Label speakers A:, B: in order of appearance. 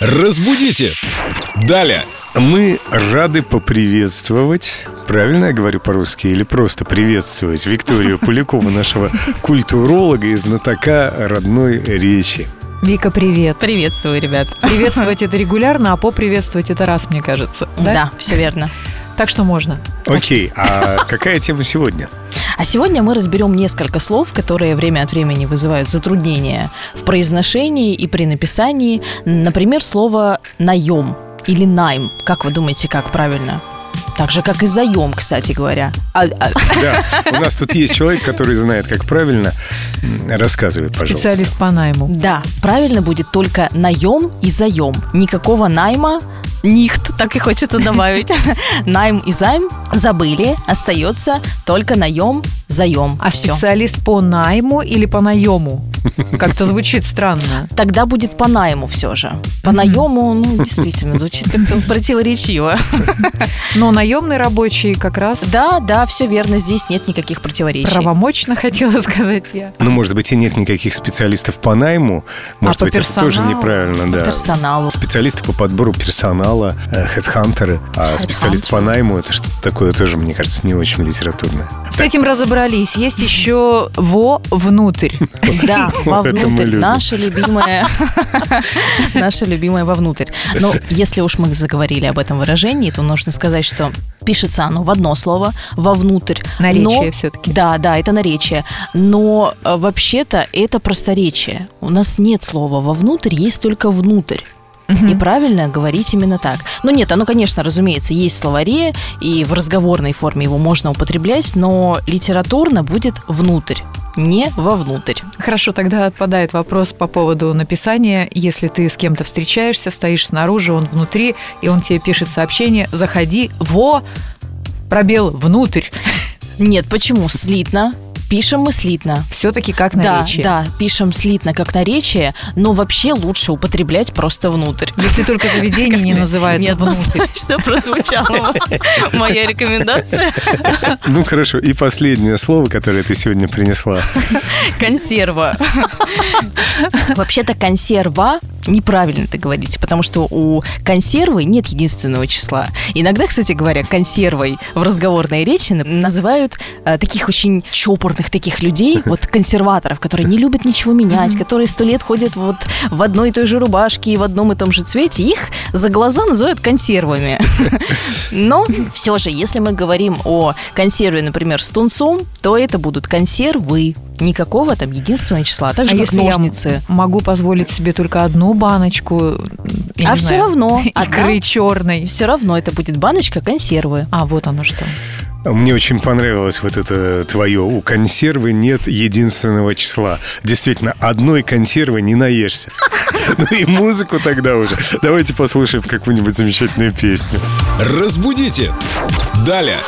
A: Разбудите! Далее!
B: Мы рады поприветствовать, правильно я говорю по-русски, или просто приветствовать Викторию Полякову, нашего культуролога и знатока родной речи.
C: Вика, привет.
D: Приветствую, ребят.
C: Приветствовать это регулярно, а поприветствовать это раз, мне кажется.
D: Да, все верно.
C: Так что можно.
B: Окей, а какая тема сегодня?
D: А сегодня мы разберем несколько слов, которые время от времени вызывают затруднения в произношении и при написании. Например, слово наем или найм. Как вы думаете, как правильно? Так же, как и заем, кстати говоря. А- а-
B: Да, у нас тут есть человек, который знает, как правильно. М, Рассказывай, пожалуйста.
C: Специалист по найму.
D: да, правильно будет только наем и заем. Никакого найма Нихт, так и хочется добавить. Найм и займ забыли, остается только наем, заем.
C: А
D: все.
C: специалист по найму или по наему? Как-то звучит странно.
D: Тогда будет по найму все же. По наему, ну, действительно, звучит как-то противоречиво.
C: Но наемный рабочий как раз
D: Да, да, все верно, здесь нет никаких противоречий.
C: правомочно, хотела сказать я.
B: Ну, может быть, и нет никаких специалистов по найму. Может
C: А по
B: быть, это тоже
C: персоналу?
B: неправильно, да.
D: Персоналу.
B: Специалисты по подбору персонала, э, хедхантеры, а специалист по найму это что-то такое тоже, мне кажется, не очень литературное.
C: С этим разобрались. Есть еще во внутрь.
D: Да,
B: Вот это мы
D: вовнутрь.
B: любим.
D: Наша любимая. Наша любимая вовнутрь. Но если уж мы заговорили об этом выражении, то нужно сказать, что пишется оно в одно слово, вовнутрь.
C: Наречие
D: но-
C: все-таки.
D: Да, да, это наречие. Но э, вообще-то это просторечие. У нас нет слова вовнутрь, есть только внутрь. И правильно говорить именно так. Ну нет, оно, конечно, разумеется, есть в словаре, и в разговорной форме его можно употреблять, но литературно будет внутрь, не вовнутрь.
C: Хорошо, тогда отпадает вопрос по поводу написания. Если ты с кем-то встречаешься, стоишь снаружи, он внутри, и он тебе пишет сообщение «Заходи во...» Пробел внутрь.
D: Нет, почему? Слитно. Пишем мы слитно.
C: Все-таки как наречие.
D: Да, да, пишем слитно как наречие, но вообще лучше употреблять просто внутрь.
C: Если только заведение не называется
D: Нет, ну,
C: внутрь.
D: что прозвучала моя рекомендация.
B: Ну хорошо, и последнее слово, которое ты сегодня принесла.
D: Консерва. Вообще-то консерва неправильно это говорите, потому что у консервы нет единственного числа. Иногда, кстати говоря, консервой в разговорной речи на- называют э, таких очень чопорных таких людей, вот консерваторов, которые не любят ничего менять, которые сто лет ходят вот в одной и той же рубашке и в одном и том же цвете, их за глаза называют консервами. Но все же, если мы говорим о консерве, например, с тунцом, то это будут консервы. Никакого там единственного числа, а также
C: А
D: как
C: если
D: ножницы.
C: я м- могу позволить себе только одну баночку, я
D: а
C: не
D: все
C: знаю,
D: равно,
C: игры черной.
D: все равно это будет баночка консервы.
C: А, вот оно что.
B: Мне очень понравилось вот это твое. У консервы нет единственного числа. Действительно, одной консервы не наешься. Ну и музыку тогда уже. Давайте послушаем какую-нибудь замечательную песню.
A: Разбудите! Далее!